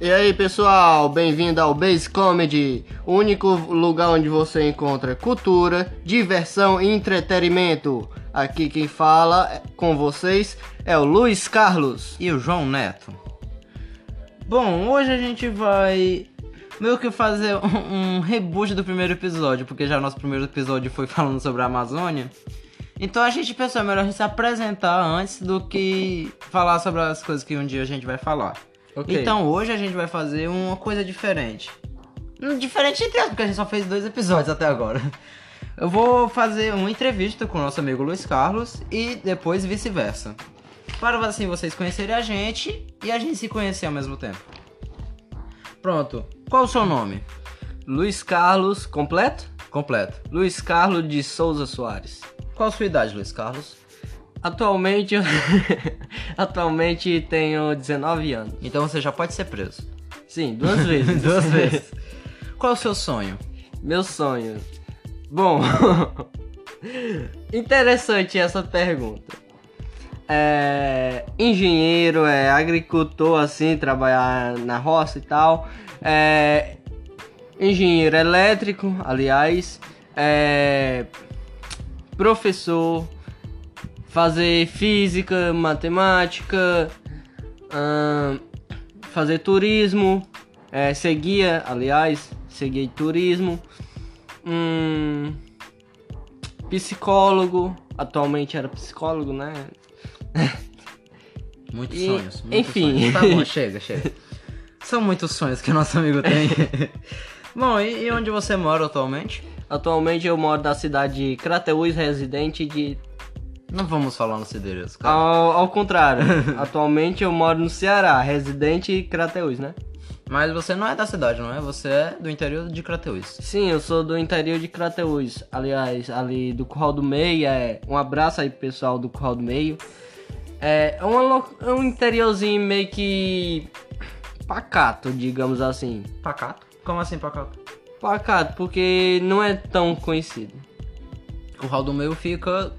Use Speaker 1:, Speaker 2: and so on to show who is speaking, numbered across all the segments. Speaker 1: E aí pessoal, bem-vindo ao Base Comedy, o único lugar onde você encontra cultura, diversão e entretenimento. Aqui quem fala com vocês é o Luiz Carlos.
Speaker 2: E o João Neto. Bom, hoje a gente vai meio que fazer um, um reboot do primeiro episódio, porque já o nosso primeiro episódio foi falando sobre a Amazônia. Então a gente pensou é melhor a gente se apresentar antes do que falar sobre as coisas que um dia a gente vai falar.
Speaker 1: Ok.
Speaker 2: Então hoje a gente vai fazer uma coisa diferente. Hum, Diferente entre aspas, porque a gente só fez dois episódios até agora. Eu vou fazer uma entrevista com o nosso amigo Luiz Carlos e depois vice-versa. Para assim vocês conhecerem a gente e a gente se conhecer ao mesmo tempo. Pronto. Qual o seu nome?
Speaker 1: Luiz Carlos, completo?
Speaker 2: Completo.
Speaker 1: Luiz Carlos de Souza Soares.
Speaker 2: Qual a sua idade, Luiz Carlos?
Speaker 1: Atualmente, eu- atualmente tenho 19 anos.
Speaker 2: Então você já pode ser preso.
Speaker 1: Sim, duas vezes.
Speaker 2: Duas vezes. Qual o seu sonho?
Speaker 1: Meu sonho. Bom, interessante essa pergunta. É, engenheiro, é agricultor, assim, trabalhar na roça e tal. É, engenheiro elétrico, aliás. É, professor, fazer física, matemática, ahn, fazer turismo, é, seguia, aliás, seguia turismo, hum, psicólogo, atualmente era psicólogo, né?
Speaker 2: Muitos
Speaker 1: E-
Speaker 2: sonhos. Muitos
Speaker 1: enfim.
Speaker 2: Sonhos. Tá bom, chega, chega. São muitos sonhos que o nosso amigo tem. bom, e, e onde você mora atualmente?
Speaker 1: Atualmente eu moro na cidade de Crateús, residente de...
Speaker 2: Não vamos falar nos endereços, cara.
Speaker 1: Ao, ao contrário, atualmente eu moro no Ceará, residente de Crateús, né?
Speaker 2: Mas você não é da cidade, não é? Você é do interior de Crateús.
Speaker 1: Sim, eu sou do interior de Crateús. Aliás, ali do Curral do Meio. É... Um abraço aí pro pessoal do Curral do Meio. É é uma lo- é um interiorzinho meio que pacato, digamos assim.
Speaker 2: Pacato? Como assim, Pacato?
Speaker 1: Pacato, porque não é tão conhecido.
Speaker 2: Curral do Meio fica,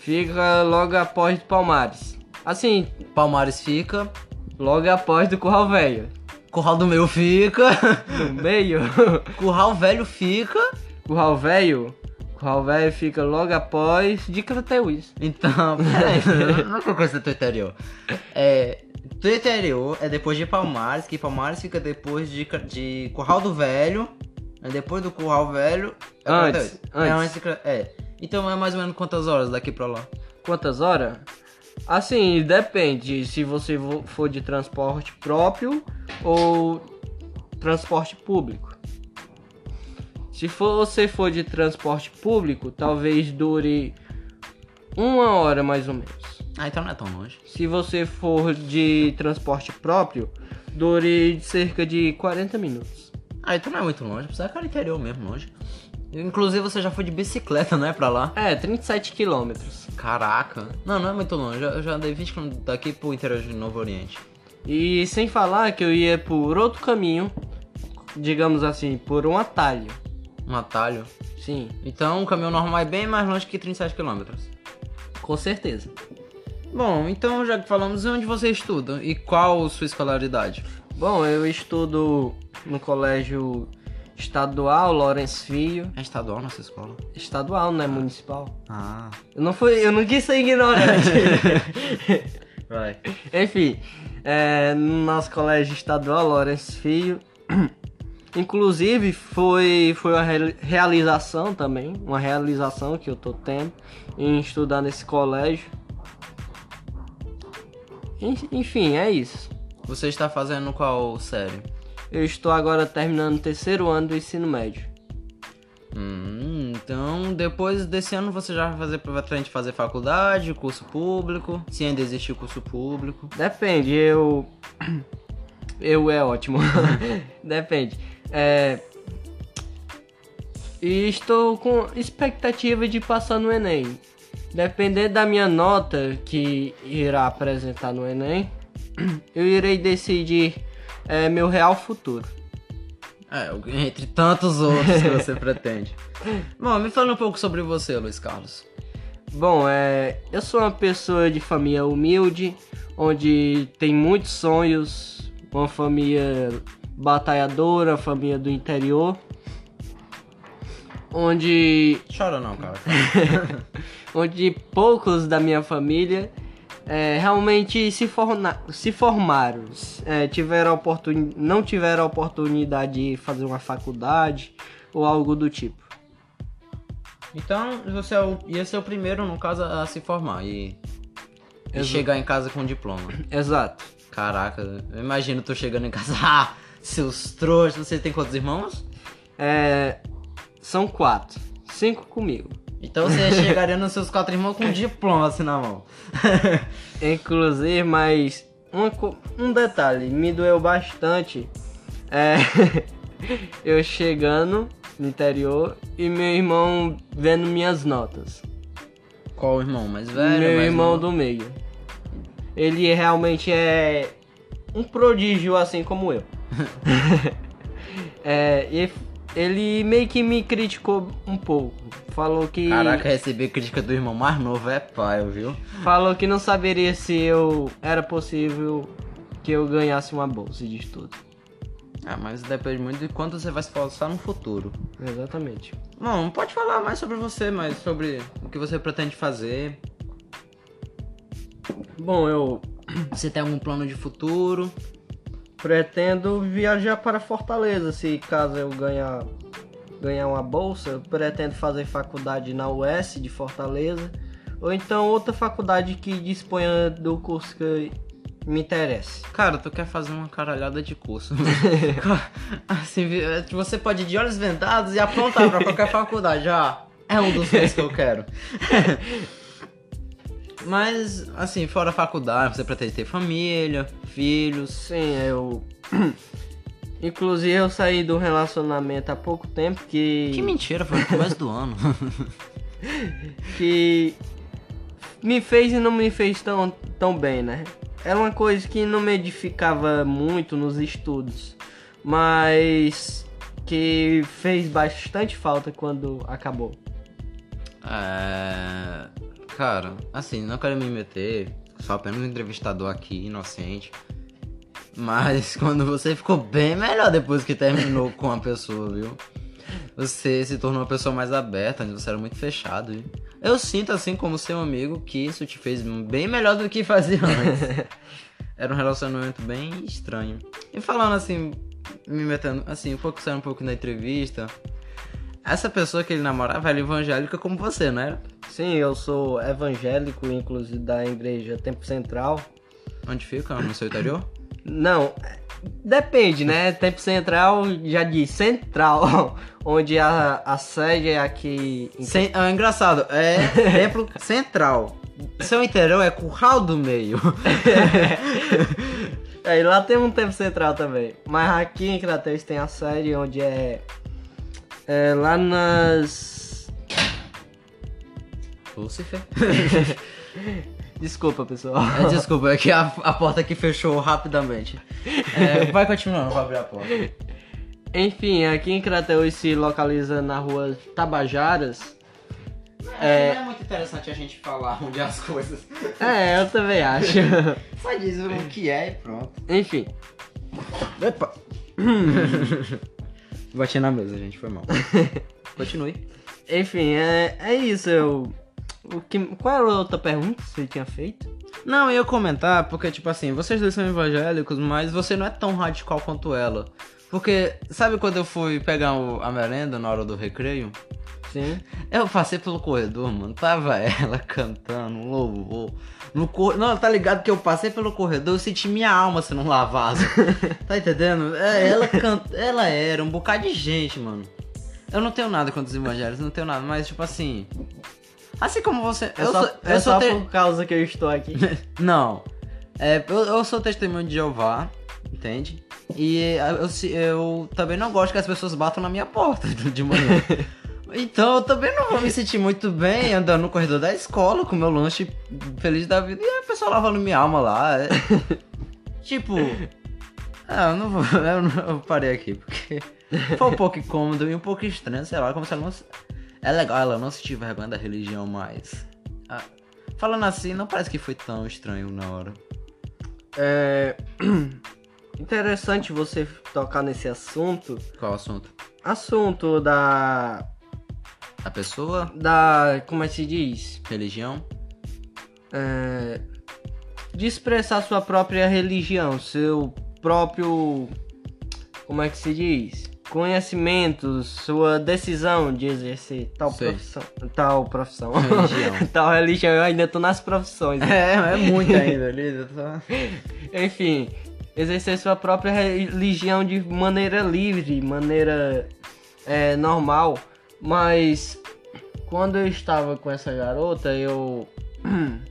Speaker 1: Fica logo após do Palmares. Assim,
Speaker 2: Palmares fica,
Speaker 1: logo após do Curral Velho.
Speaker 2: Curral do Meio fica,
Speaker 1: Do meio,
Speaker 2: Curral Velho fica.
Speaker 1: Curral Velho. Curral Velho fica logo após de Crateús.
Speaker 2: Então, peraí, eu não conheço do interior. É, do interior é depois de Palmares, que Palmares fica depois de, Cra- de Curral do Velho, é depois do Curral Velho. é
Speaker 1: Antes,
Speaker 2: Crateús.
Speaker 1: antes.
Speaker 2: É, de Cra- é. Então é mais ou menos quantas horas daqui pra lá?
Speaker 1: Quantas horas? Assim, depende se você vo- for de transporte próprio ou transporte público. Se for, você for de transporte público, talvez dure uma hora mais ou menos.
Speaker 2: Ah, então não é tão longe.
Speaker 1: Se você for de transporte próprio, dure cerca de 40 minutos.
Speaker 2: Ah, então não é muito longe, precisa cara interior mesmo, longe. Inclusive você já foi de bicicleta, não é pra lá?
Speaker 1: É, 37 quilômetros.
Speaker 2: Caraca. Não, não é muito longe. Eu já andei 20 km daqui pro interior de Novo Oriente.
Speaker 1: E sem falar que eu ia por outro caminho, digamos assim, por um atalho.
Speaker 2: Um atalho.
Speaker 1: Sim,
Speaker 2: Então o caminho normal é bem mais longe que 37 km.
Speaker 1: com certeza.
Speaker 2: Bom, então já que falamos onde você estuda e qual sua escolaridade?
Speaker 1: Bom, eu estudo no colégio estadual Lourenço Filho.
Speaker 2: É estadual nossa escola.
Speaker 1: Estadual, não é municipal.
Speaker 2: Ah.
Speaker 1: Eu não fui, eu não quis ser ignorante.
Speaker 2: Vai.
Speaker 1: Enfim, é, no nosso colégio estadual Lourenço Filho. Inclusive foi, foi uma reali- realização também, uma realização que eu tô tendo em estudar nesse colégio. En- Enfim, é isso.
Speaker 2: Você está fazendo qual série?
Speaker 1: Eu estou agora terminando o terceiro ano do ensino médio.
Speaker 2: Hum, então depois desse ano você já vai fazer pra frente fazer faculdade, curso público, se ainda existe o curso público.
Speaker 1: Depende, eu. Eu é ótimo. Depende. É. E estou com expectativa de passar no Enem. Dependendo da minha nota que irá apresentar no Enem, eu irei decidir é, meu real futuro.
Speaker 2: É, entre tantos outros que você pretende. Bom, me fala um pouco sobre você, Luiz Carlos.
Speaker 1: Bom, é, eu sou uma pessoa de família humilde, onde tem muitos sonhos, uma família batalhadora, família do interior, onde
Speaker 2: Chora não, cara.
Speaker 1: onde poucos da minha família é, realmente se, forna- se formaram, é, tiveram oportun- não tiveram a oportunidade de fazer uma faculdade ou algo do tipo.
Speaker 2: Então, você é o- ia ser o primeiro, no caso, a se formar e, e
Speaker 1: Exato.
Speaker 2: chegar em casa com diploma.
Speaker 1: Exato.
Speaker 2: Caraca, eu imagino tu chegando em casa. Ah, seus trouxas, você tem quantos irmãos?
Speaker 1: É, são quatro. Cinco comigo.
Speaker 2: Então você chegaria nos seus quatro irmãos com um diploma assim na mão.
Speaker 1: Inclusive, mas uma co- um detalhe me doeu bastante. É, eu chegando no interior e meu irmão vendo minhas notas.
Speaker 2: Qual o irmão mais velho?
Speaker 1: meu
Speaker 2: mais
Speaker 1: irmão
Speaker 2: novo?
Speaker 1: do meio. Ele realmente é um prodígio assim como eu. É, e f- ele meio que me criticou um pouco. Falou que
Speaker 2: Caraca, receber crítica do irmão mais novo é pai, viu?
Speaker 1: falou que não saberia se eu era possível que eu ganhasse uma bolsa de estudo.
Speaker 2: Ah, mas depende muito de quanto você vai se esforçar no futuro.
Speaker 1: Exatamente.
Speaker 2: Bom, pode falar mais sobre você, mas sobre o que você pretende fazer.
Speaker 1: Bom, eu
Speaker 2: Você tem algum plano de futuro?
Speaker 1: pretendo viajar para Fortaleza se caso eu ganhar ganhar uma bolsa, eu pretendo fazer faculdade na US de Fortaleza ou então outra faculdade que disponha do curso que me interessa.
Speaker 2: Cara, tu quer fazer uma caralhada de curso. assim, vi- é, você pode ir de olhos vendados e apontar pra qualquer faculdade. Ah, é um dos dois que eu quero. Mas, assim, fora a faculdade, você pretende ter família, filhos.
Speaker 1: Sim, eu Inclusive eu saí do relacionamento há pouco tempo que
Speaker 2: Que mentira, foi no começo do ano.
Speaker 1: que me fez e não me fez tão, tão bem, né? Era uma coisa que não me edificava muito nos estudos, mas que fez bastante falta quando acabou.
Speaker 2: É... Cara, assim, não quero me meter, sou apenas um entrevistador aqui, inocente. Mas quando você ficou bem melhor depois que terminou com a pessoa, viu? Você se tornou uma pessoa mais aberta, antes você era muito fechado. viu? Eu sinto, assim como seu amigo, que isso te fez bem melhor do que fazia antes. era um relacionamento bem estranho. E falando assim, me metendo, assim, um pouco saindo um pouco da entrevista. Essa pessoa que ele namorava era evangélica como você, não era?
Speaker 1: Sim, eu sou evangélico, inclusive da igreja Tempo Central.
Speaker 2: Onde fica? No seu interior?
Speaker 1: Não, depende, né? Tempo Central, já diz Central, onde a, a sede é aqui em
Speaker 2: Cen- ah, engraçado, é templo central. Seu interior é curral do meio.
Speaker 1: Aí lá tem um tempo central também. Mas aqui em Crateus tem a série onde é. É lá nas.
Speaker 2: Lúcifer?
Speaker 1: Desculpa, pessoal.
Speaker 2: É, desculpa, é que a, a porta aqui fechou rapidamente. É, vai continuando, vou abrir a porta.
Speaker 1: Enfim, aqui em Crateus se localiza na rua Tabajaras.
Speaker 2: É, não é muito interessante a gente falar onde as coisas.
Speaker 1: É, eu também acho.
Speaker 2: Só diz o que é e pronto.
Speaker 1: Enfim,
Speaker 2: Epa! Bati na mesa, gente, foi mal. Continue.
Speaker 1: enfim, é, é isso. Eu. O que, qual era a outra pergunta que você tinha feito?
Speaker 2: Não, eu ia comentar, porque, tipo assim, vocês dois são evangélicos, mas você não é tão radical quanto ela. Porque, sabe quando eu fui pegar o- a merenda na hora do recreio?
Speaker 1: Sim.
Speaker 2: Eu passei pelo corredor, mano, tava ela cantando um louvor. No cor... Não, tá ligado que eu passei pelo corredor, eu senti minha alma se não lavasse. tá entendendo? É, ela canta... ela era um bocado de gente, mano. Eu não tenho nada contra os evangélicos, não tenho nada, mas, tipo assim... Assim como você...
Speaker 1: É
Speaker 2: eu
Speaker 1: só,
Speaker 2: sou,
Speaker 1: é
Speaker 2: eu sou
Speaker 1: só
Speaker 2: te-
Speaker 1: por causa que eu estou aqui.
Speaker 2: não. É, eu, eu sou testemunho de Jeová, entende? E eh, eu, se- eu também não gosto que as pessoas batam na minha porta de manhã. Então eu também não vou me sentir muito bem andando no corredor da escola com meu lanche feliz da vida e a pessoa lavando minha alma lá. é. tipo. Ah, eu não vou. Eu, não- eu parei aqui porque foi um pouco incômodo e um pouco estranho, sei lá, como se ela não. se- É legal ela não sentir vergonha da religião mais. Falando assim, não parece que foi tão estranho na hora.
Speaker 1: É... Interessante você tocar nesse assunto.
Speaker 2: Qual o assunto?
Speaker 1: Assunto da.
Speaker 2: A pessoa,
Speaker 1: da. como é que se diz?
Speaker 2: religião,
Speaker 1: É, de expressar sua própria religião, seu próprio. como é que se diz? Conhecimento, sua decisão de exercer tal
Speaker 2: Sei.
Speaker 1: profissão. Tal profissão.
Speaker 2: religião.
Speaker 1: tal religião, eu ainda tô nas profissões. né?
Speaker 2: é, é muito ainda, Lisa.
Speaker 1: Enfim, exercer sua própria religião de maneira livre, maneira é, normal. Mas quando eu estava com essa garota, eu.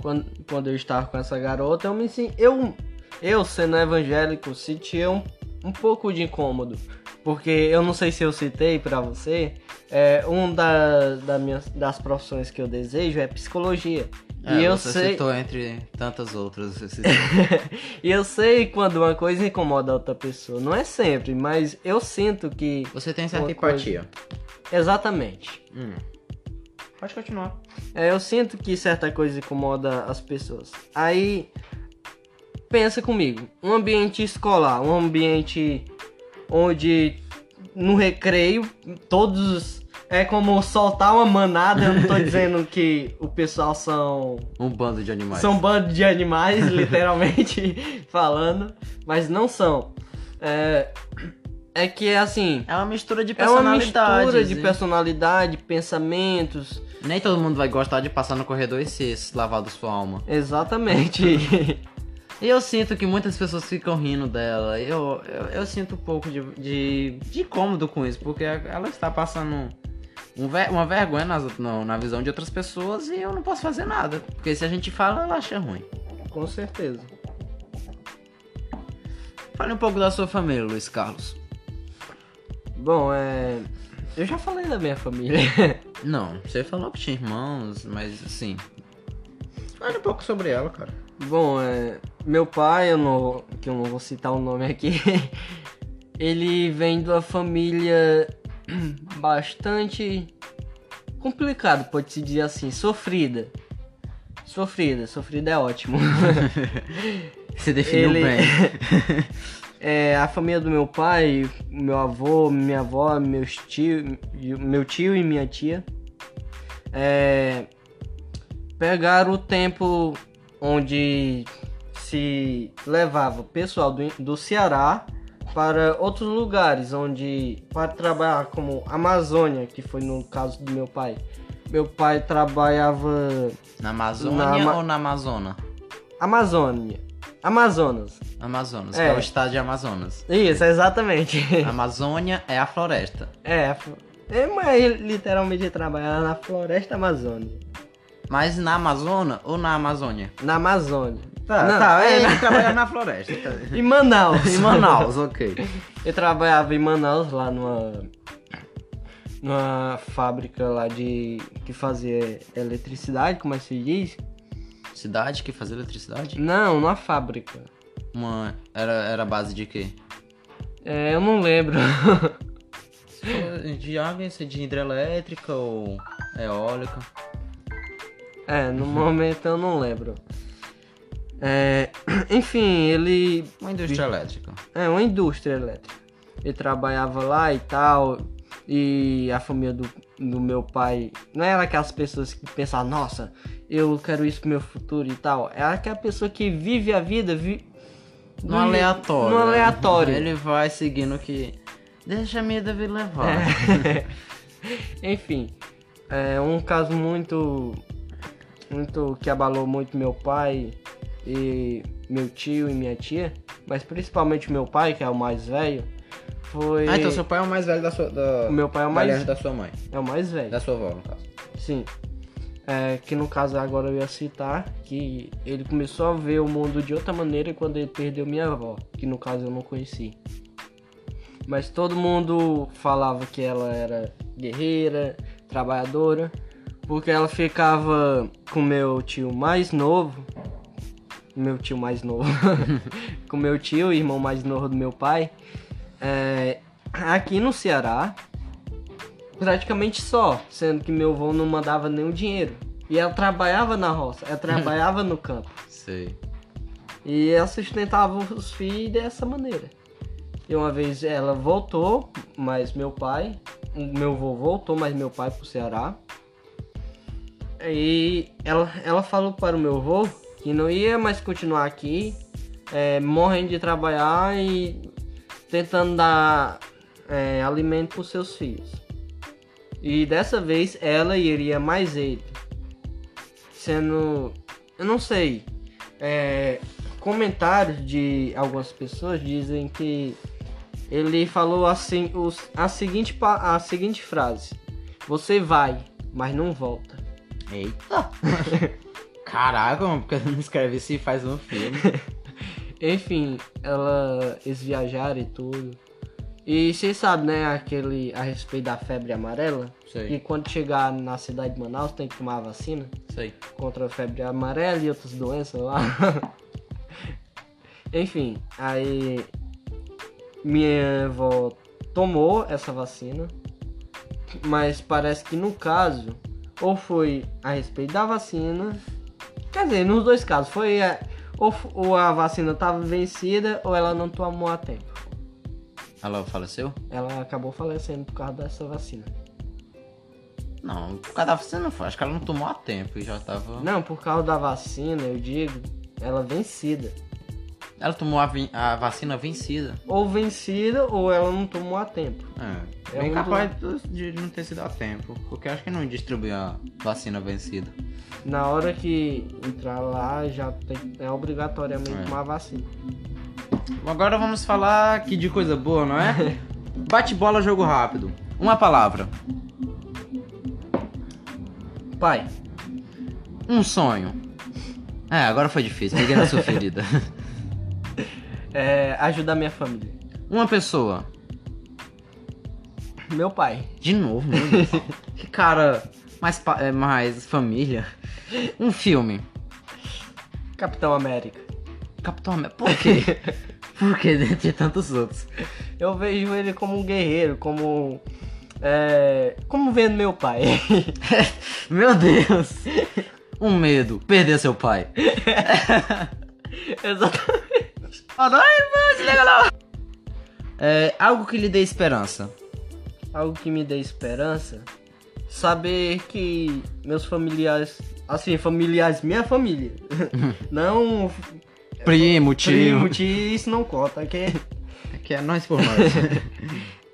Speaker 1: Quando, quando eu estava com essa garota, eu me sen- eu Eu, sendo evangélico, sentia um, um pouco de incômodo. Porque eu não sei se eu citei pra você, é, um da, da minhas- das profissões que eu desejo é psicologia. e eu
Speaker 2: É, você
Speaker 1: sei.
Speaker 2: citou entre tantas outras. Você citou.
Speaker 1: E eu sei quando uma coisa incomoda a outra pessoa. Não é sempre, mas eu sinto que.
Speaker 2: Você tem certa
Speaker 1: Uma coisa.
Speaker 2: empatia.
Speaker 1: Exatamente.
Speaker 2: Hum. Pode continuar.
Speaker 1: É, eu sinto que certa coisa incomoda as pessoas. Aí. Pensa comigo. Um ambiente escolar, um ambiente onde no recreio todos. É como soltar uma manada. Eu não tô dizendo que o pessoal são
Speaker 2: Um bando de animais.
Speaker 1: São bando de animais, literalmente falando, mas não são. É, é que é assim.
Speaker 2: É uma mistura de
Speaker 1: É uma
Speaker 2: personalidades. né?
Speaker 1: mistura de
Speaker 2: hein?
Speaker 1: personalidade, pensamentos.
Speaker 2: Nem todo mundo vai gostar de passar no corredor e ser lavado sua alma.
Speaker 1: Exatamente.
Speaker 2: E eu sinto que muitas pessoas ficam rindo dela. Eu, eu, eu sinto um pouco de, de, de incômodo com isso, porque ela está passando um ver- uma vergonha nas- no- na visão de outras pessoas e eu não posso fazer nada. Porque se a gente fala, ela acha ruim.
Speaker 1: Com certeza.
Speaker 2: Fale um pouco da sua família, Luiz Carlos.
Speaker 1: Bom, é. Eu já falei da minha família.
Speaker 2: Não, você falou que tinha irmãos, mas assim. Fale um pouco sobre ela, cara.
Speaker 1: Bom, é, meu pai, eu não, que eu não vou citar o nome aqui, ele vem de uma família bastante complicada, pode-se dizer assim, sofrida. Sofrida, sofrida é ótimo.
Speaker 2: Você definiu
Speaker 1: Ele-
Speaker 2: bem.
Speaker 1: É, a família do meu pai, meu avô, minha avó, meus tio, meu tio e minha tia, é, pegaram o tempo onde se levava pessoal do, do Ceará para outros lugares, onde para trabalhar como Amazônia, que foi no caso do meu pai. Meu pai trabalhava
Speaker 2: Na Amazônia
Speaker 1: Na Ama-
Speaker 2: ou na Amazona?
Speaker 1: Amazônia, Amazonas.
Speaker 2: Amazonas,
Speaker 1: É.
Speaker 2: que é o estado de Amazonas.
Speaker 1: Isso, exatamente.
Speaker 2: Amazônia é a floresta.
Speaker 1: É, fo- é, mas ele literalmente trabalhava na floresta amazônica.
Speaker 2: Mas na Amazônia ou na Amazônia?
Speaker 1: Na Amazônia.
Speaker 2: Tá,
Speaker 1: Não,
Speaker 2: tá,
Speaker 1: é,
Speaker 2: ele trabalha na floresta. tá.
Speaker 1: Em Manaus.
Speaker 2: Em Manaus, ok.
Speaker 1: Eu trabalhava em Manaus lá numa. numa fábrica lá de. que fazia eletricidade, como é que se diz?
Speaker 2: Cidade que fazia eletricidade?
Speaker 1: Não, numa fábrica.
Speaker 2: Uma... Era, era base de quê?
Speaker 1: É, eu não lembro.
Speaker 2: De água, é de hidrelétrica ou eólica?
Speaker 1: É, no momento eu não lembro. É, enfim, ele
Speaker 2: Uma indústria elétrica.
Speaker 1: É, uma indústria elétrica. Ele trabalhava lá e tal. E a família do, do meu pai não era aquelas pessoas que pensavam, nossa, eu quero isso pro meu futuro e tal. Era aquela pessoa que vive a vida. Vi...
Speaker 2: No aleatório.
Speaker 1: No
Speaker 2: né?
Speaker 1: aleatório.
Speaker 2: Ele vai seguindo o que... Deixa a minha vida levar.
Speaker 1: Enfim, é um caso muito. Muito que abalou muito meu pai e meu tio e minha tia, mas principalmente meu pai, que é o mais velho, foi.
Speaker 2: Ah, então seu pai é o mais velho da sua... Da...
Speaker 1: O meu pai é o
Speaker 2: aliás,
Speaker 1: mais.
Speaker 2: da sua mãe.
Speaker 1: É o mais velho.
Speaker 2: Da sua avó, no caso.
Speaker 1: Sim. É, que no caso agora eu ia citar que ele começou a ver o mundo de outra maneira quando ele perdeu minha avó, que no caso eu não conheci. Mas todo mundo falava que ela era guerreira, trabalhadora, porque ela ficava com meu tio mais novo, meu tio mais novo, com meu tio, irmão mais novo do meu pai, é, aqui no Ceará, praticamente só, sendo que meu avô não mandava nenhum dinheiro. E ela trabalhava na roça, ela trabalhava no campo.
Speaker 2: Sei.
Speaker 1: E E ela sustentava os filhos dessa maneira. E uma vez ela voltou, mas meu pai, o meu avô voltou, mas meu pai pro Ceará. E ela, ela falou para o meu avô que não ia mais continuar aqui, é, morrendo de trabalhar e tentando dar é, alimento para seus filhos. E dessa vez ela iria mais ele. Sendo. Eu não sei. é, comentários de algumas pessoas dizem que ele falou assim os, a, seguinte, pa- a seguinte frase. Você vai, mas não volta.
Speaker 2: Eita! Caraca, mano, porque eu não escreve isso e faz um filme.
Speaker 1: Enfim, ela, eles viajaram e tudo. E vocês sabem, né, aquele a respeito da febre amarela?
Speaker 2: Sei,
Speaker 1: E quando chegar na cidade de Manaus tem que tomar a vacina
Speaker 2: sei.
Speaker 1: contra a febre amarela e outras doenças lá. Enfim, aí minha avó tomou essa vacina, mas parece que no caso, ou foi a respeito da vacina, quer dizer, nos dois casos, foi a- ou, f- ou a vacina tava vencida ou ela não tomou a tempo.
Speaker 2: Ela faleceu?
Speaker 1: Ela acabou falecendo por causa dessa vacina.
Speaker 2: Não, por causa da vacina não foi. Acho que ela não tomou a tempo e já tava.
Speaker 1: Não, por causa da vacina, eu digo, ela vencida.
Speaker 2: Ela tomou a, vin- a vacina vencida.
Speaker 1: Ou vencida ou ela não tomou a tempo.
Speaker 2: É,
Speaker 1: É
Speaker 2: bem
Speaker 1: um
Speaker 2: capaz de não ter sido a tempo. Porque eu acho que não distribuiu a vacina vencida.
Speaker 1: Na hora que entrar lá, já tem- é obrigatoriamente
Speaker 2: É.
Speaker 1: tomar vacina.
Speaker 2: Agora vamos falar aqui de coisa boa, não é? Bate bola, jogo rápido. Uma palavra.
Speaker 1: Pai,
Speaker 2: Um sonho. É, agora foi difícil. Peguei na sua ferida.
Speaker 1: é, ajuda a minha família.
Speaker 2: Uma pessoa.
Speaker 1: Meu pai,
Speaker 2: De novo, meu Deus. Que cara mais, pa- é, mais família. Um filme.
Speaker 1: Capitão América.
Speaker 2: Capitão América. Por quê? Por que dentre tantos outros?
Speaker 1: Eu vejo ele como um guerreiro, como. É, como vendo meu pai.
Speaker 2: Meu Deus. Um medo. Perder seu pai.
Speaker 1: Exatamente.
Speaker 2: Ah, não, irmão, desliga não. É, algo que lhe dê esperança.
Speaker 1: Algo que me dê esperança. Saber que meus familiares. Assim, familiares, minha família. não.
Speaker 2: Primo,
Speaker 1: Primo, tio, isso não conta, ok?
Speaker 2: Que é nós por nós.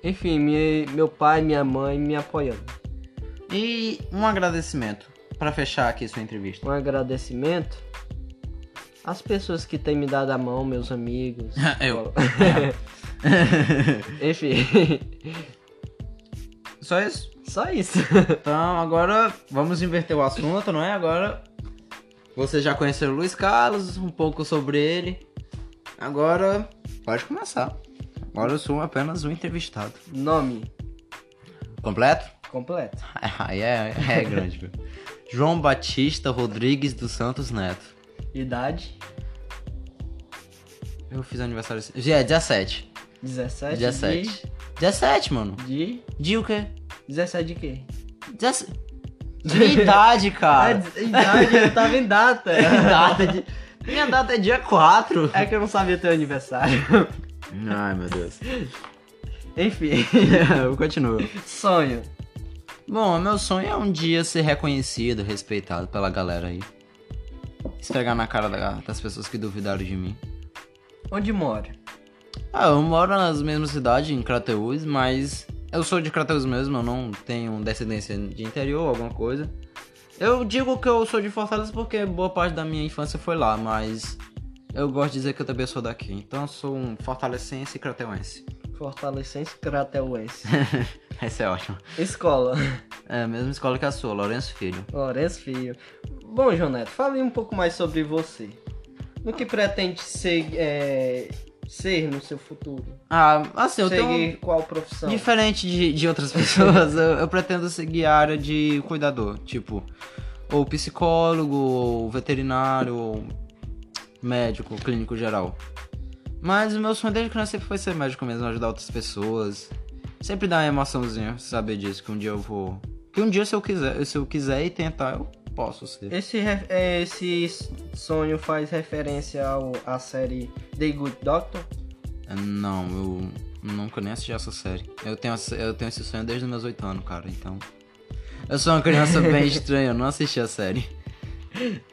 Speaker 1: Enfim, minha- meu pai, minha mãe me apoiando.
Speaker 2: e um agradecimento pra fechar aqui sua entrevista.
Speaker 1: um agradecimento às pessoas que têm me dado a mão, meus amigos.
Speaker 2: Eu.
Speaker 1: Enfim,
Speaker 2: Só isso.
Speaker 1: só isso.
Speaker 2: Então agora vamos inverter o assunto, não é? Agora você já conheceu o Luiz Carlos, um pouco sobre ele. Agora pode começar. Agora eu sou apenas um entrevistado.
Speaker 1: Nome
Speaker 2: Completo?
Speaker 1: completo.
Speaker 2: Aí é, é grande, viu? João Batista Rodrigues dos Santos Neto.
Speaker 1: Idade
Speaker 2: Eu fiz aniversário. esse- é Dia 17.
Speaker 1: 17.
Speaker 2: 17. 17, mano.
Speaker 1: De, de
Speaker 2: De o quê?
Speaker 1: 17 de quê?
Speaker 2: 17. De idade,
Speaker 1: Ah,
Speaker 2: cara.
Speaker 1: de- idade, eu tava em data.
Speaker 2: Data de- Minha data é dia 4.
Speaker 1: É que eu não sabia teu aniversário.
Speaker 2: Ai, meu Deus.
Speaker 1: Enfim,
Speaker 2: eu continuo.
Speaker 1: sonho.
Speaker 2: Bom, meu sonho é um dia ser reconhecido, respeitado pela galera aí. Esfregar na cara da- das pessoas que duvidaram de mim.
Speaker 1: Onde moro?
Speaker 2: Ah, eu moro nas mesmas cidades, em Crateús, mas eu sou de Crateús mesmo, eu não tenho descendência de interior, alguma coisa. Eu digo que eu sou de Fortaleza porque boa parte da minha infância foi lá, mas eu gosto de dizer que eu também sou daqui. Então eu sou um fortalecense e crateuense.
Speaker 1: Fortalecense Crateuense.
Speaker 2: Esse é ótimo.
Speaker 1: Escola.
Speaker 2: É a mesma escola que a sua, Lourenço Filho.
Speaker 1: Lourenço Filho. Bom, João Neto, fale um pouco mais sobre você. No que pretende ser, é, ser no seu futuro?
Speaker 2: Ah, assim, eu tenho...
Speaker 1: Seguir qual profissão?
Speaker 2: Diferente de, de outras pessoas, eu, eu pretendo seguir a área de cuidador, tipo, ou psicólogo, ou veterinário, ou médico, clínico geral. Mas o meu sonho desde criança sempre foi ser médico mesmo, ajudar outras pessoas. Sempre dá uma emoçãozinha saber disso, que um dia eu vou. Que um dia se eu quiser, se eu quiser e tentar, eu posso ser.
Speaker 1: Esse, re- é, esse sonho faz referência ao, à série The Good Doctor.
Speaker 2: É, Não, eu nunca nem assisti essa série. Eu tenho, essa- eu tenho esse sonho desde os meus 8 anos, cara, então. Eu sou uma criança bem estranha, eu não assisti a série.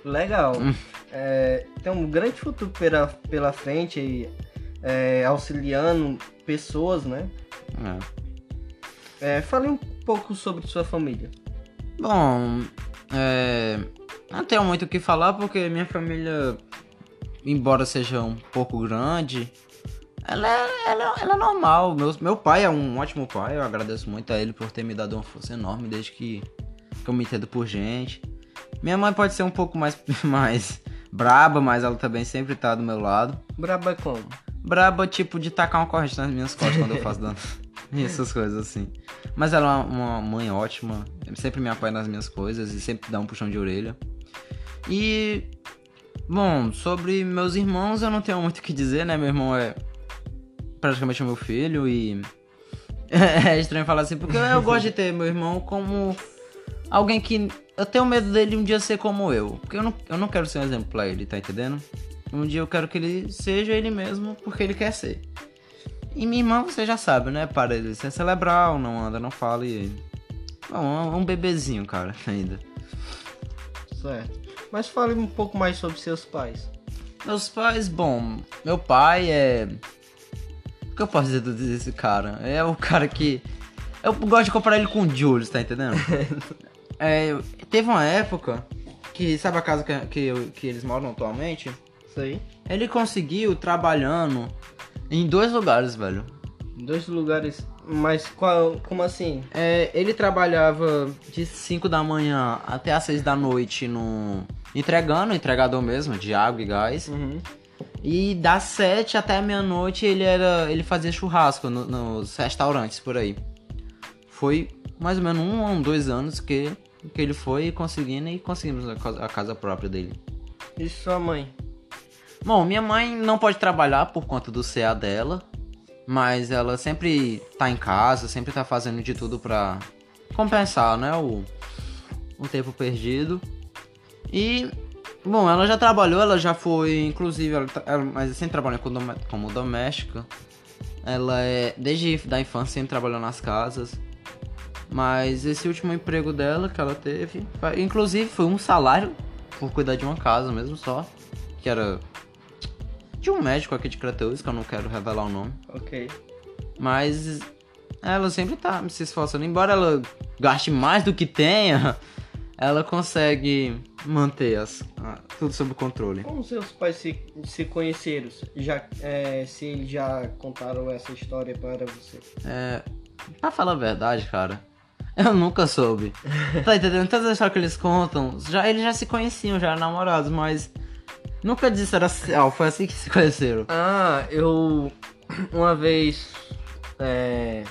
Speaker 1: Legal.
Speaker 2: Hum.
Speaker 1: É, tem um grande futuro pela, pela frente, e, é, auxiliando pessoas, né?
Speaker 2: É.
Speaker 1: É, fale um pouco sobre sua família.
Speaker 2: Bom, é, não tenho muito o que falar porque minha família, embora seja um pouco grande, ela é, ela é- ela é normal. Meu, meu pai é um ótimo pai, eu agradeço muito a ele por ter me dado uma força enorme desde que, que eu me entendo por gente. Minha mãe pode ser um pouco mais, mais braba, mas ela também sempre tá do meu lado.
Speaker 1: Braba como?
Speaker 2: Braba, tipo, de tacar uma corrente nas minhas costas quando eu faço dano. E essas coisas assim. Mas ela é uma, uma mãe ótima, sempre me apoia nas minhas coisas e sempre dá um puxão de orelha. E. Bom, sobre meus irmãos eu não tenho muito o que dizer, né? Meu irmão é praticamente o meu filho e. É estranho falar assim, porque eu gosto de ter meu irmão como alguém que. Eu tenho medo dele um dia ser como eu. Porque eu não, eu não quero ser um exemplo pra ele, tá entendendo? Um dia eu quero que ele seja ele mesmo porque ele quer ser. E minha irmã, você já sabe, né? Paralisia cerebral, não anda, não fala e. Bom, é um bebezinho, cara, ainda.
Speaker 1: Certo. Mas fale um pouco mais sobre seus pais.
Speaker 2: Meus pais, bom, meu pai é. O que eu posso dizer do- desse cara? É o cara que. Eu gosto de comparar ele com o Julius, tá entendendo? É, eu- teve uma época que, sabe a casa que, que, eu- que eles moram atualmente?
Speaker 1: Isso aí.
Speaker 2: Ele conseguiu trabalhando em dois lugares, velho.
Speaker 1: Dois lugares. Mas qual. Como assim?
Speaker 2: É, ele trabalhava de 5 da manhã até as 6 da noite no. Entregando, entregador mesmo, de água e gás.
Speaker 1: Uhum.
Speaker 2: E das 7 até meia-noite ele era. ele fazia churrasco no- nos restaurantes por aí. Foi mais ou menos um ou dois anos que, que ele foi conseguindo e conseguimos a casa- a casa própria dele.
Speaker 1: E sua mãe?
Speaker 2: Bom, minha mãe não pode trabalhar por conta do CA dela, mas ela sempre tá em casa, sempre tá fazendo de tudo pra compensar, né, o, o tempo perdido. E, bom, ela já trabalhou, ela já foi, inclusive, ela, tra- ela- mas sempre trabalhou como, dom- como doméstica. Ela é, desde da infância, sempre trabalhou nas casas. Mas esse último emprego dela que ela teve, fa- inclusive foi um salário por cuidar de uma casa mesmo só, que era de um médico aqui de Crateus, que eu não quero revelar o nome.
Speaker 1: Ok.
Speaker 2: Mas ela sempre tá se esforçando. Embora ela gaste mais do que tenha, ela consegue manter as, a- tudo sob controle.
Speaker 1: Como seus pais se, se conheceram? Já, é, se eles já contaram essa história para você?
Speaker 2: É, pra falar a verdade, cara, eu nunca soube. Tá entendendo? Todas as histórias que eles contam, já, eles já se conheciam, já eram namorados, mas nunca disseram assim, "Ah, foi assim que se conheceram.
Speaker 1: Ah, eu. Uma vez. é,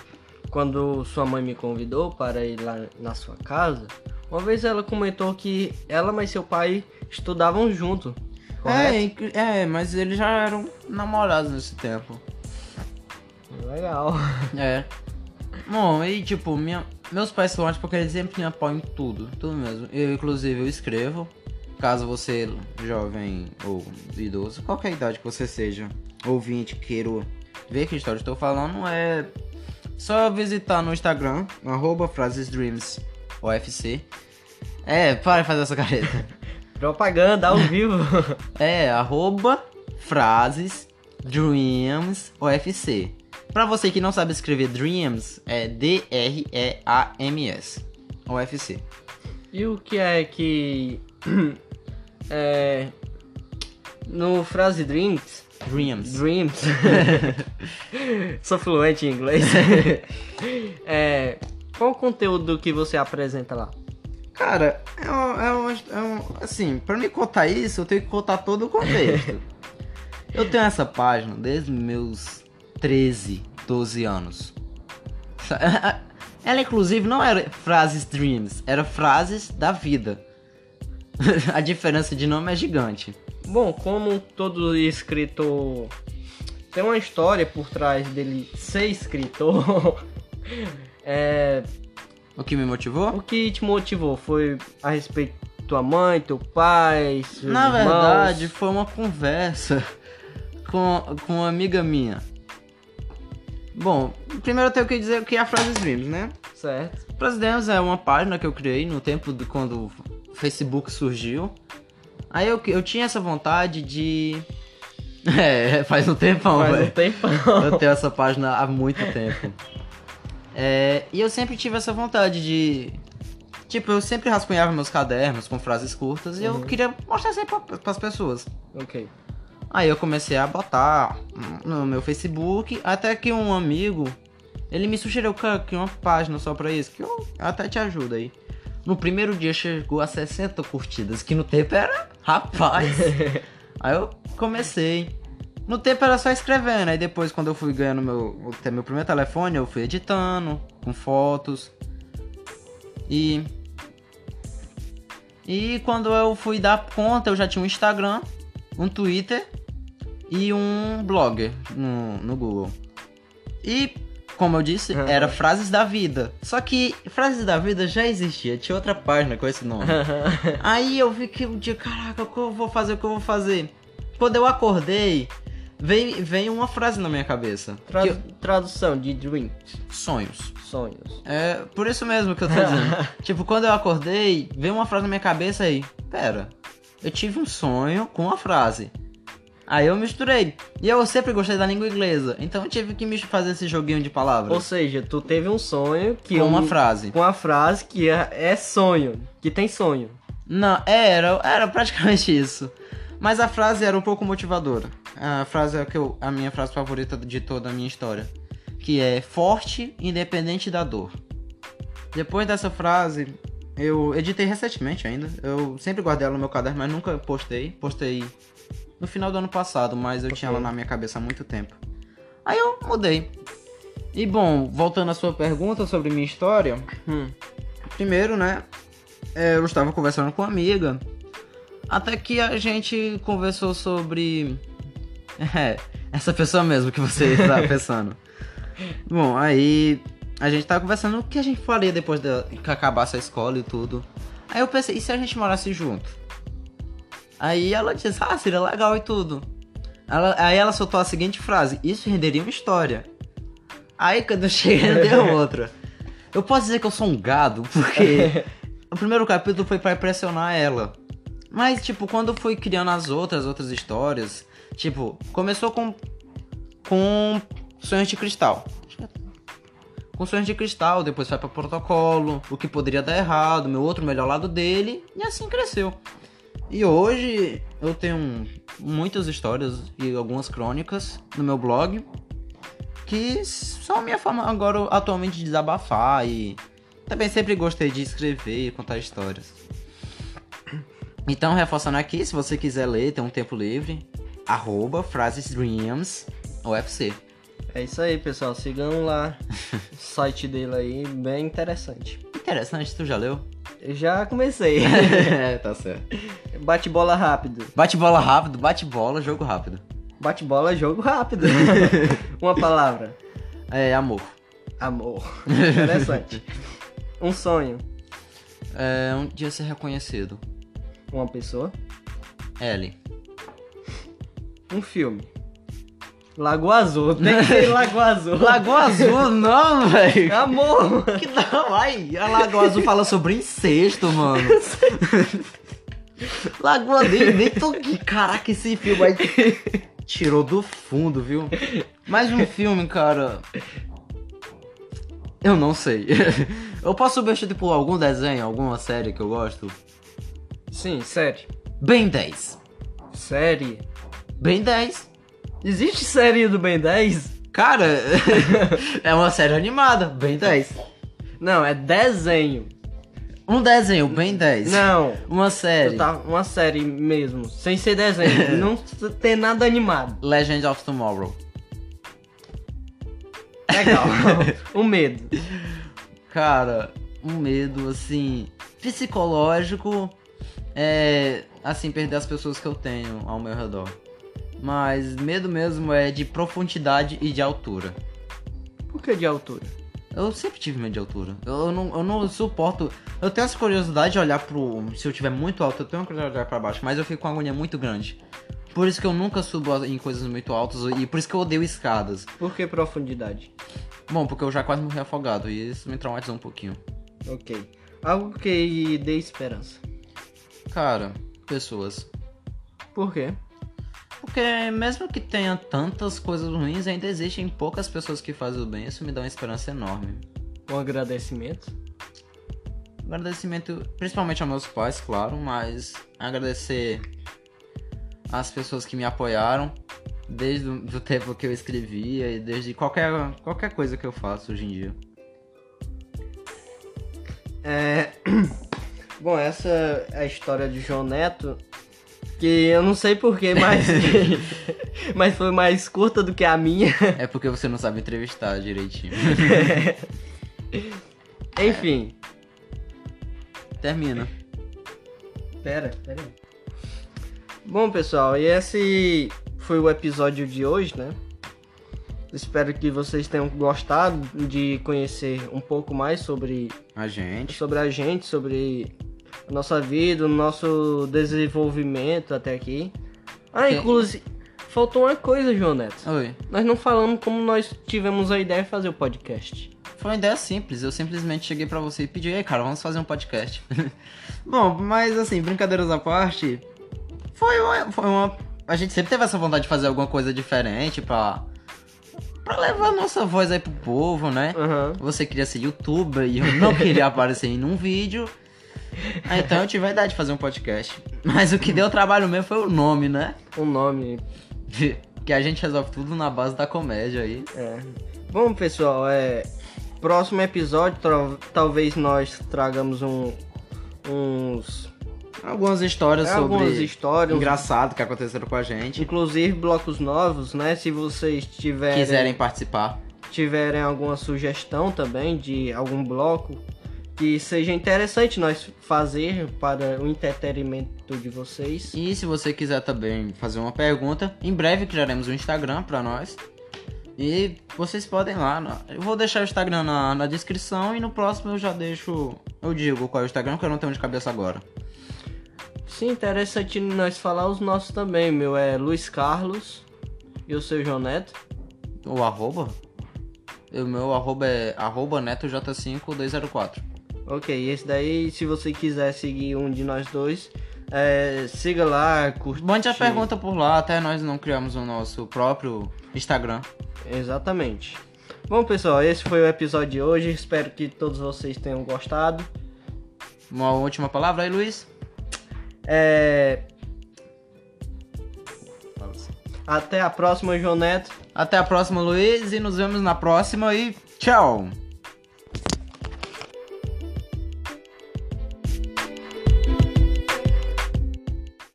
Speaker 1: quando sua mãe me convidou para ir lá na sua casa, uma vez ela comentou que ela mas seu pai estudavam junto.
Speaker 2: É,
Speaker 1: Correto?
Speaker 2: incri- é, mas eles já eram namorados nesse tempo.
Speaker 1: Legal.
Speaker 2: É. Bom, e tipo, minha... meus pais são ótimos porque eles sempre me apoiam em tudo, tudo mesmo. Eu, inclusive, eu escrevo. Caso você, jovem ou idoso, qualquer idade que você seja, ouvinte, queira ver que história eu estou falando, é só visitar no Instagram, arroba frasesdreamsofc. É, para de fazer essa careta.
Speaker 1: Propaganda ao vivo.
Speaker 2: É, arroba frases dreams ofc. Pra você que não sabe escrever dreams, é D-R-E-A-M-S. OFC.
Speaker 1: e o que é que. é, no Frase Dreams.
Speaker 2: Dreams.
Speaker 1: Dreams. Sou fluente em inglês. É, qual o conteúdo que você apresenta lá?
Speaker 2: Cara, é um, é um, é um- Assim, pra me contar isso, eu tenho que contar todo o contexto. eu tenho essa página desde meus 13, 12 anos. Ela, inclusive, não era frases dreams, era frases da vida. A diferença de nome é gigante.
Speaker 1: Bom, como todo escritor tem uma história por trás dele ser escritor, é,
Speaker 2: O que me motivou?
Speaker 1: o que te motivou foi a respeito tua mãe, teu pai, seus
Speaker 2: Na
Speaker 1: irmãos?
Speaker 2: verdade, foi uma conversa com, com uma amiga minha. Bom, primeiro eu tenho que dizer que é a Frases Dreams, né?
Speaker 1: Certo.
Speaker 2: Frases Dreams é uma página que eu criei no tempo do, quando o Facebook surgiu. Aí eu, eu tinha essa vontade de. É, faz um tempão,
Speaker 1: Faz um
Speaker 2: velho.
Speaker 1: tempão.
Speaker 2: Eu tenho essa página há muito tempo. É, e eu sempre tive essa vontade de. Tipo, eu sempre rascunhava meus cadernos com frases curtas
Speaker 1: Uhum.
Speaker 2: e eu queria mostrar sempre pra, pras pessoas.
Speaker 1: ok.
Speaker 2: Aí eu comecei a botar no meu Facebook, até que um amigo, ele me sugeriu que que uma página só pra isso, que eu até te ajuda aí. No primeiro dia chegou a 60 curtidas, que no tempo era, rapaz. aí eu comecei. No tempo era só escrevendo, aí depois quando eu fui ganhando meu, até meu primeiro telefone, eu fui editando, com fotos. E e quando eu fui dar conta, eu já tinha um Instagram, um Twitter e um blog no, no Google. E, como eu disse,
Speaker 1: Aham.
Speaker 2: era Frases da Vida. Só que Frases da Vida já existia, tinha outra página com esse nome. Aí eu vi que um dia, caraca, o que eu vou fazer, o que eu vou fazer? Quando eu acordei, veio, veio uma frase na minha cabeça.
Speaker 1: Tra-
Speaker 2: Que eu-
Speaker 1: Tradução de dreams,
Speaker 2: Sonhos.
Speaker 1: sonhos.
Speaker 2: É, por isso mesmo que eu tô dizendo. tipo, quando eu acordei, veio uma frase na minha cabeça aí. Pera, eu tive um sonho com uma frase. Aí eu misturei. E eu sempre gostei da língua inglesa, então eu tive que me fazer esse joguinho de
Speaker 1: Ou
Speaker 2: palavras
Speaker 1: seja, tu teve um sonho que
Speaker 2: com uma
Speaker 1: um-
Speaker 2: frase.
Speaker 1: com a frase que é, é sonho, que tem sonho.
Speaker 2: Não, era, era praticamente isso. Mas a frase era um pouco motivadora. A frase é o que eu, a minha frase favorita de toda a minha história, que é forte, independente da dor. Depois dessa frase, eu editei recentemente ainda. Eu sempre guardei ela no meu caderno, mas nunca postei. Postei no final do ano passado, mas eu tinha ela
Speaker 1: Ok.
Speaker 2: na minha cabeça há muito tempo. Aí eu mudei. E bom, voltando à sua pergunta sobre minha história, Hum. Primeiro, né? é, Eu estava conversando com uma amiga. Até que a gente conversou sobre. É, essa pessoa mesmo que você está pensando. Bom, aí a gente tava conversando o que a gente faria depois da- que acabasse a escola e tudo. Aí eu pensei, e se a gente morasse junto? Aí ela disse, ah, seria legal e tudo. Ela- aí ela soltou a seguinte frase: Isso renderia uma história. Aí quando eu cheguei, deu outra. Eu posso dizer que eu sou um gado, porque o primeiro capítulo foi pra impressionar ela. Mas, tipo, quando eu fui criando as outras, outras histórias, tipo, começou com. com Sonhos de Cristal. Com Sonhos de Cristal, depois foi pra Protocolo, o que poderia dar errado, meu outro melhor lado dele, e assim cresceu. E hoje eu tenho muitas histórias e algumas crônicas no meu blog que são a minha forma agora atualmente de desabafar e também sempre gostei de escrever e contar histórias. Então, reforçando aqui, se você quiser ler, tem um tempo livre, arroba frases dreams UFC.
Speaker 1: É isso aí, pessoal. Sigam lá o site dele aí, bem interessante.
Speaker 2: Interessante, tu já leu?
Speaker 1: Eu já comecei.
Speaker 2: é, tá certo.
Speaker 1: Bate bola rápido.
Speaker 2: Bate bola rápido, bate bola, jogo rápido.
Speaker 1: Bate bola é jogo rápido. Uma palavra.
Speaker 2: É, amor.
Speaker 1: Amor. Interessante. Um sonho.
Speaker 2: É um dia ser reconhecido.
Speaker 1: Uma pessoa.
Speaker 2: L.
Speaker 1: Um filme. Lagoa Azul. Tem que ser Lagoa Azul.
Speaker 2: Lagoa Azul não, velho.
Speaker 1: Amor.
Speaker 2: Que não, ai, a Lagoa Azul fala sobre incesto, mano. Lagoa nem, nem tô aqui. Caraca, esse filme aí tirou do fundo, viu? Mais um filme, cara. Eu não sei. Eu posso substituir por algum desenho, alguma série que eu gosto?
Speaker 1: Sim, série.
Speaker 2: Ben 10.
Speaker 1: Série.
Speaker 2: Ben 10.
Speaker 1: Existe série do Ben 10?
Speaker 2: Cara, é uma série animada. Ben 10.
Speaker 1: Não, é desenho.
Speaker 2: Um desenho, Ben 10.
Speaker 1: Não.
Speaker 2: Uma série.
Speaker 1: Eu tava- uma série mesmo, sem ser desenho. não s- tem nada animado.
Speaker 2: Legend of Tomorrow.
Speaker 1: Legal. o medo.
Speaker 2: Cara, um medo, assim, psicológico é, assim, perder as pessoas que eu tenho ao meu redor. Mas medo mesmo é de profundidade e de altura.
Speaker 1: Por que de altura?
Speaker 2: Eu sempre tive medo de altura. Eu não, eu não suporto. Eu tenho essa curiosidade de olhar pro. Se eu tiver muito alto, eu tenho uma curiosidade de olhar pra baixo, mas eu fico com uma agonia muito grande. Por isso que eu nunca subo em coisas muito altas e por isso que eu odeio escadas.
Speaker 1: Por que profundidade?
Speaker 2: Bom, porque eu já quase morri afogado e isso me traumatizou um pouquinho.
Speaker 1: Ok. Algo que dê esperança.
Speaker 2: Cara, pessoas.
Speaker 1: Por quê?
Speaker 2: Porque mesmo que tenha tantas coisas ruins, ainda existem poucas pessoas que fazem o bem. Isso me dá uma esperança enorme.
Speaker 1: Um agradecimento.
Speaker 2: Um Agradecimento principalmente aos meus pais, claro, mas agradecer às pessoas que me apoiaram desde o do tempo que eu escrevia e desde qualquer, qualquer coisa que eu faço hoje em dia.
Speaker 1: É... Bom, essa é a história de João Neto, que eu não sei porquê, mas... mas foi mais curta do que a minha.
Speaker 2: É porque você não sabe entrevistar direitinho.
Speaker 1: Enfim.
Speaker 2: Termina.
Speaker 1: Pera, pera aí. Bom, pessoal, e esse foi o episódio de hoje, né? Espero que vocês tenham gostado de conhecer um pouco mais sobre,
Speaker 2: A gente.
Speaker 1: sobre a gente, sobre a nossa vida, o nosso desenvolvimento até aqui. Ah,
Speaker 2: Ok.
Speaker 1: inclusive, faltou uma coisa, João Neto.
Speaker 2: Oi.
Speaker 1: Nós não falamos como nós tivemos a ideia de fazer o podcast.
Speaker 2: Foi uma ideia simples, eu simplesmente cheguei pra você e pedi, ei cara, vamos fazer um podcast. Bom, mas assim, brincadeiras à parte, foi uma, foi uma- A gente sempre teve essa vontade de fazer alguma coisa diferente pra. pra levar nossa voz aí pro povo, né?
Speaker 1: Aham.
Speaker 2: Você queria ser youtuber e eu não queria aparecer em um vídeo. Ah, Então eu tive a ideia de fazer um podcast. Mas o que deu trabalho mesmo foi o nome, né?
Speaker 1: O nome.
Speaker 2: Que a gente resolve tudo na base da comédia aí.
Speaker 1: É. Bom, pessoal, é. Próximo episódio, tra- talvez nós tragamos um. uns.
Speaker 2: Algumas histórias
Speaker 1: algumas
Speaker 2: É sobre.
Speaker 1: histórias, uns
Speaker 2: Engraçado que aconteceram com a gente.
Speaker 1: Inclusive blocos novos, né? Se vocês tiverem,
Speaker 2: quiserem participar.
Speaker 1: tiverem alguma sugestão também de algum bloco que seja interessante nós fazer para o entretenimento de vocês.
Speaker 2: E se você quiser também fazer uma pergunta, em breve criaremos um Instagram pra nós. E vocês podem ir lá. na- Eu vou deixar o Instagram na, na descrição e no próximo eu já deixo. Eu digo qual é o Instagram, que eu não tenho de cabeça agora.
Speaker 1: Sim, interessante nós falar os nossos também. Meu é Luiz Carlos e o seu João Neto.
Speaker 2: O arroba? O meu arroba é arroba netojc5204.
Speaker 1: Ok, esse daí, se você quiser seguir um de nós dois, é, siga lá, curte.
Speaker 2: Mande a pergunta por lá, até nós não criamos o nosso próprio Instagram.
Speaker 1: Exatamente. Bom, pessoal, esse foi o episódio de hoje. Espero que todos vocês tenham gostado.
Speaker 2: Uma última palavra aí, Luiz?
Speaker 1: É,
Speaker 2: assim.
Speaker 1: até a próxima, João Neto.
Speaker 2: Até a próxima, Luiz, e nos vemos na próxima e tchau!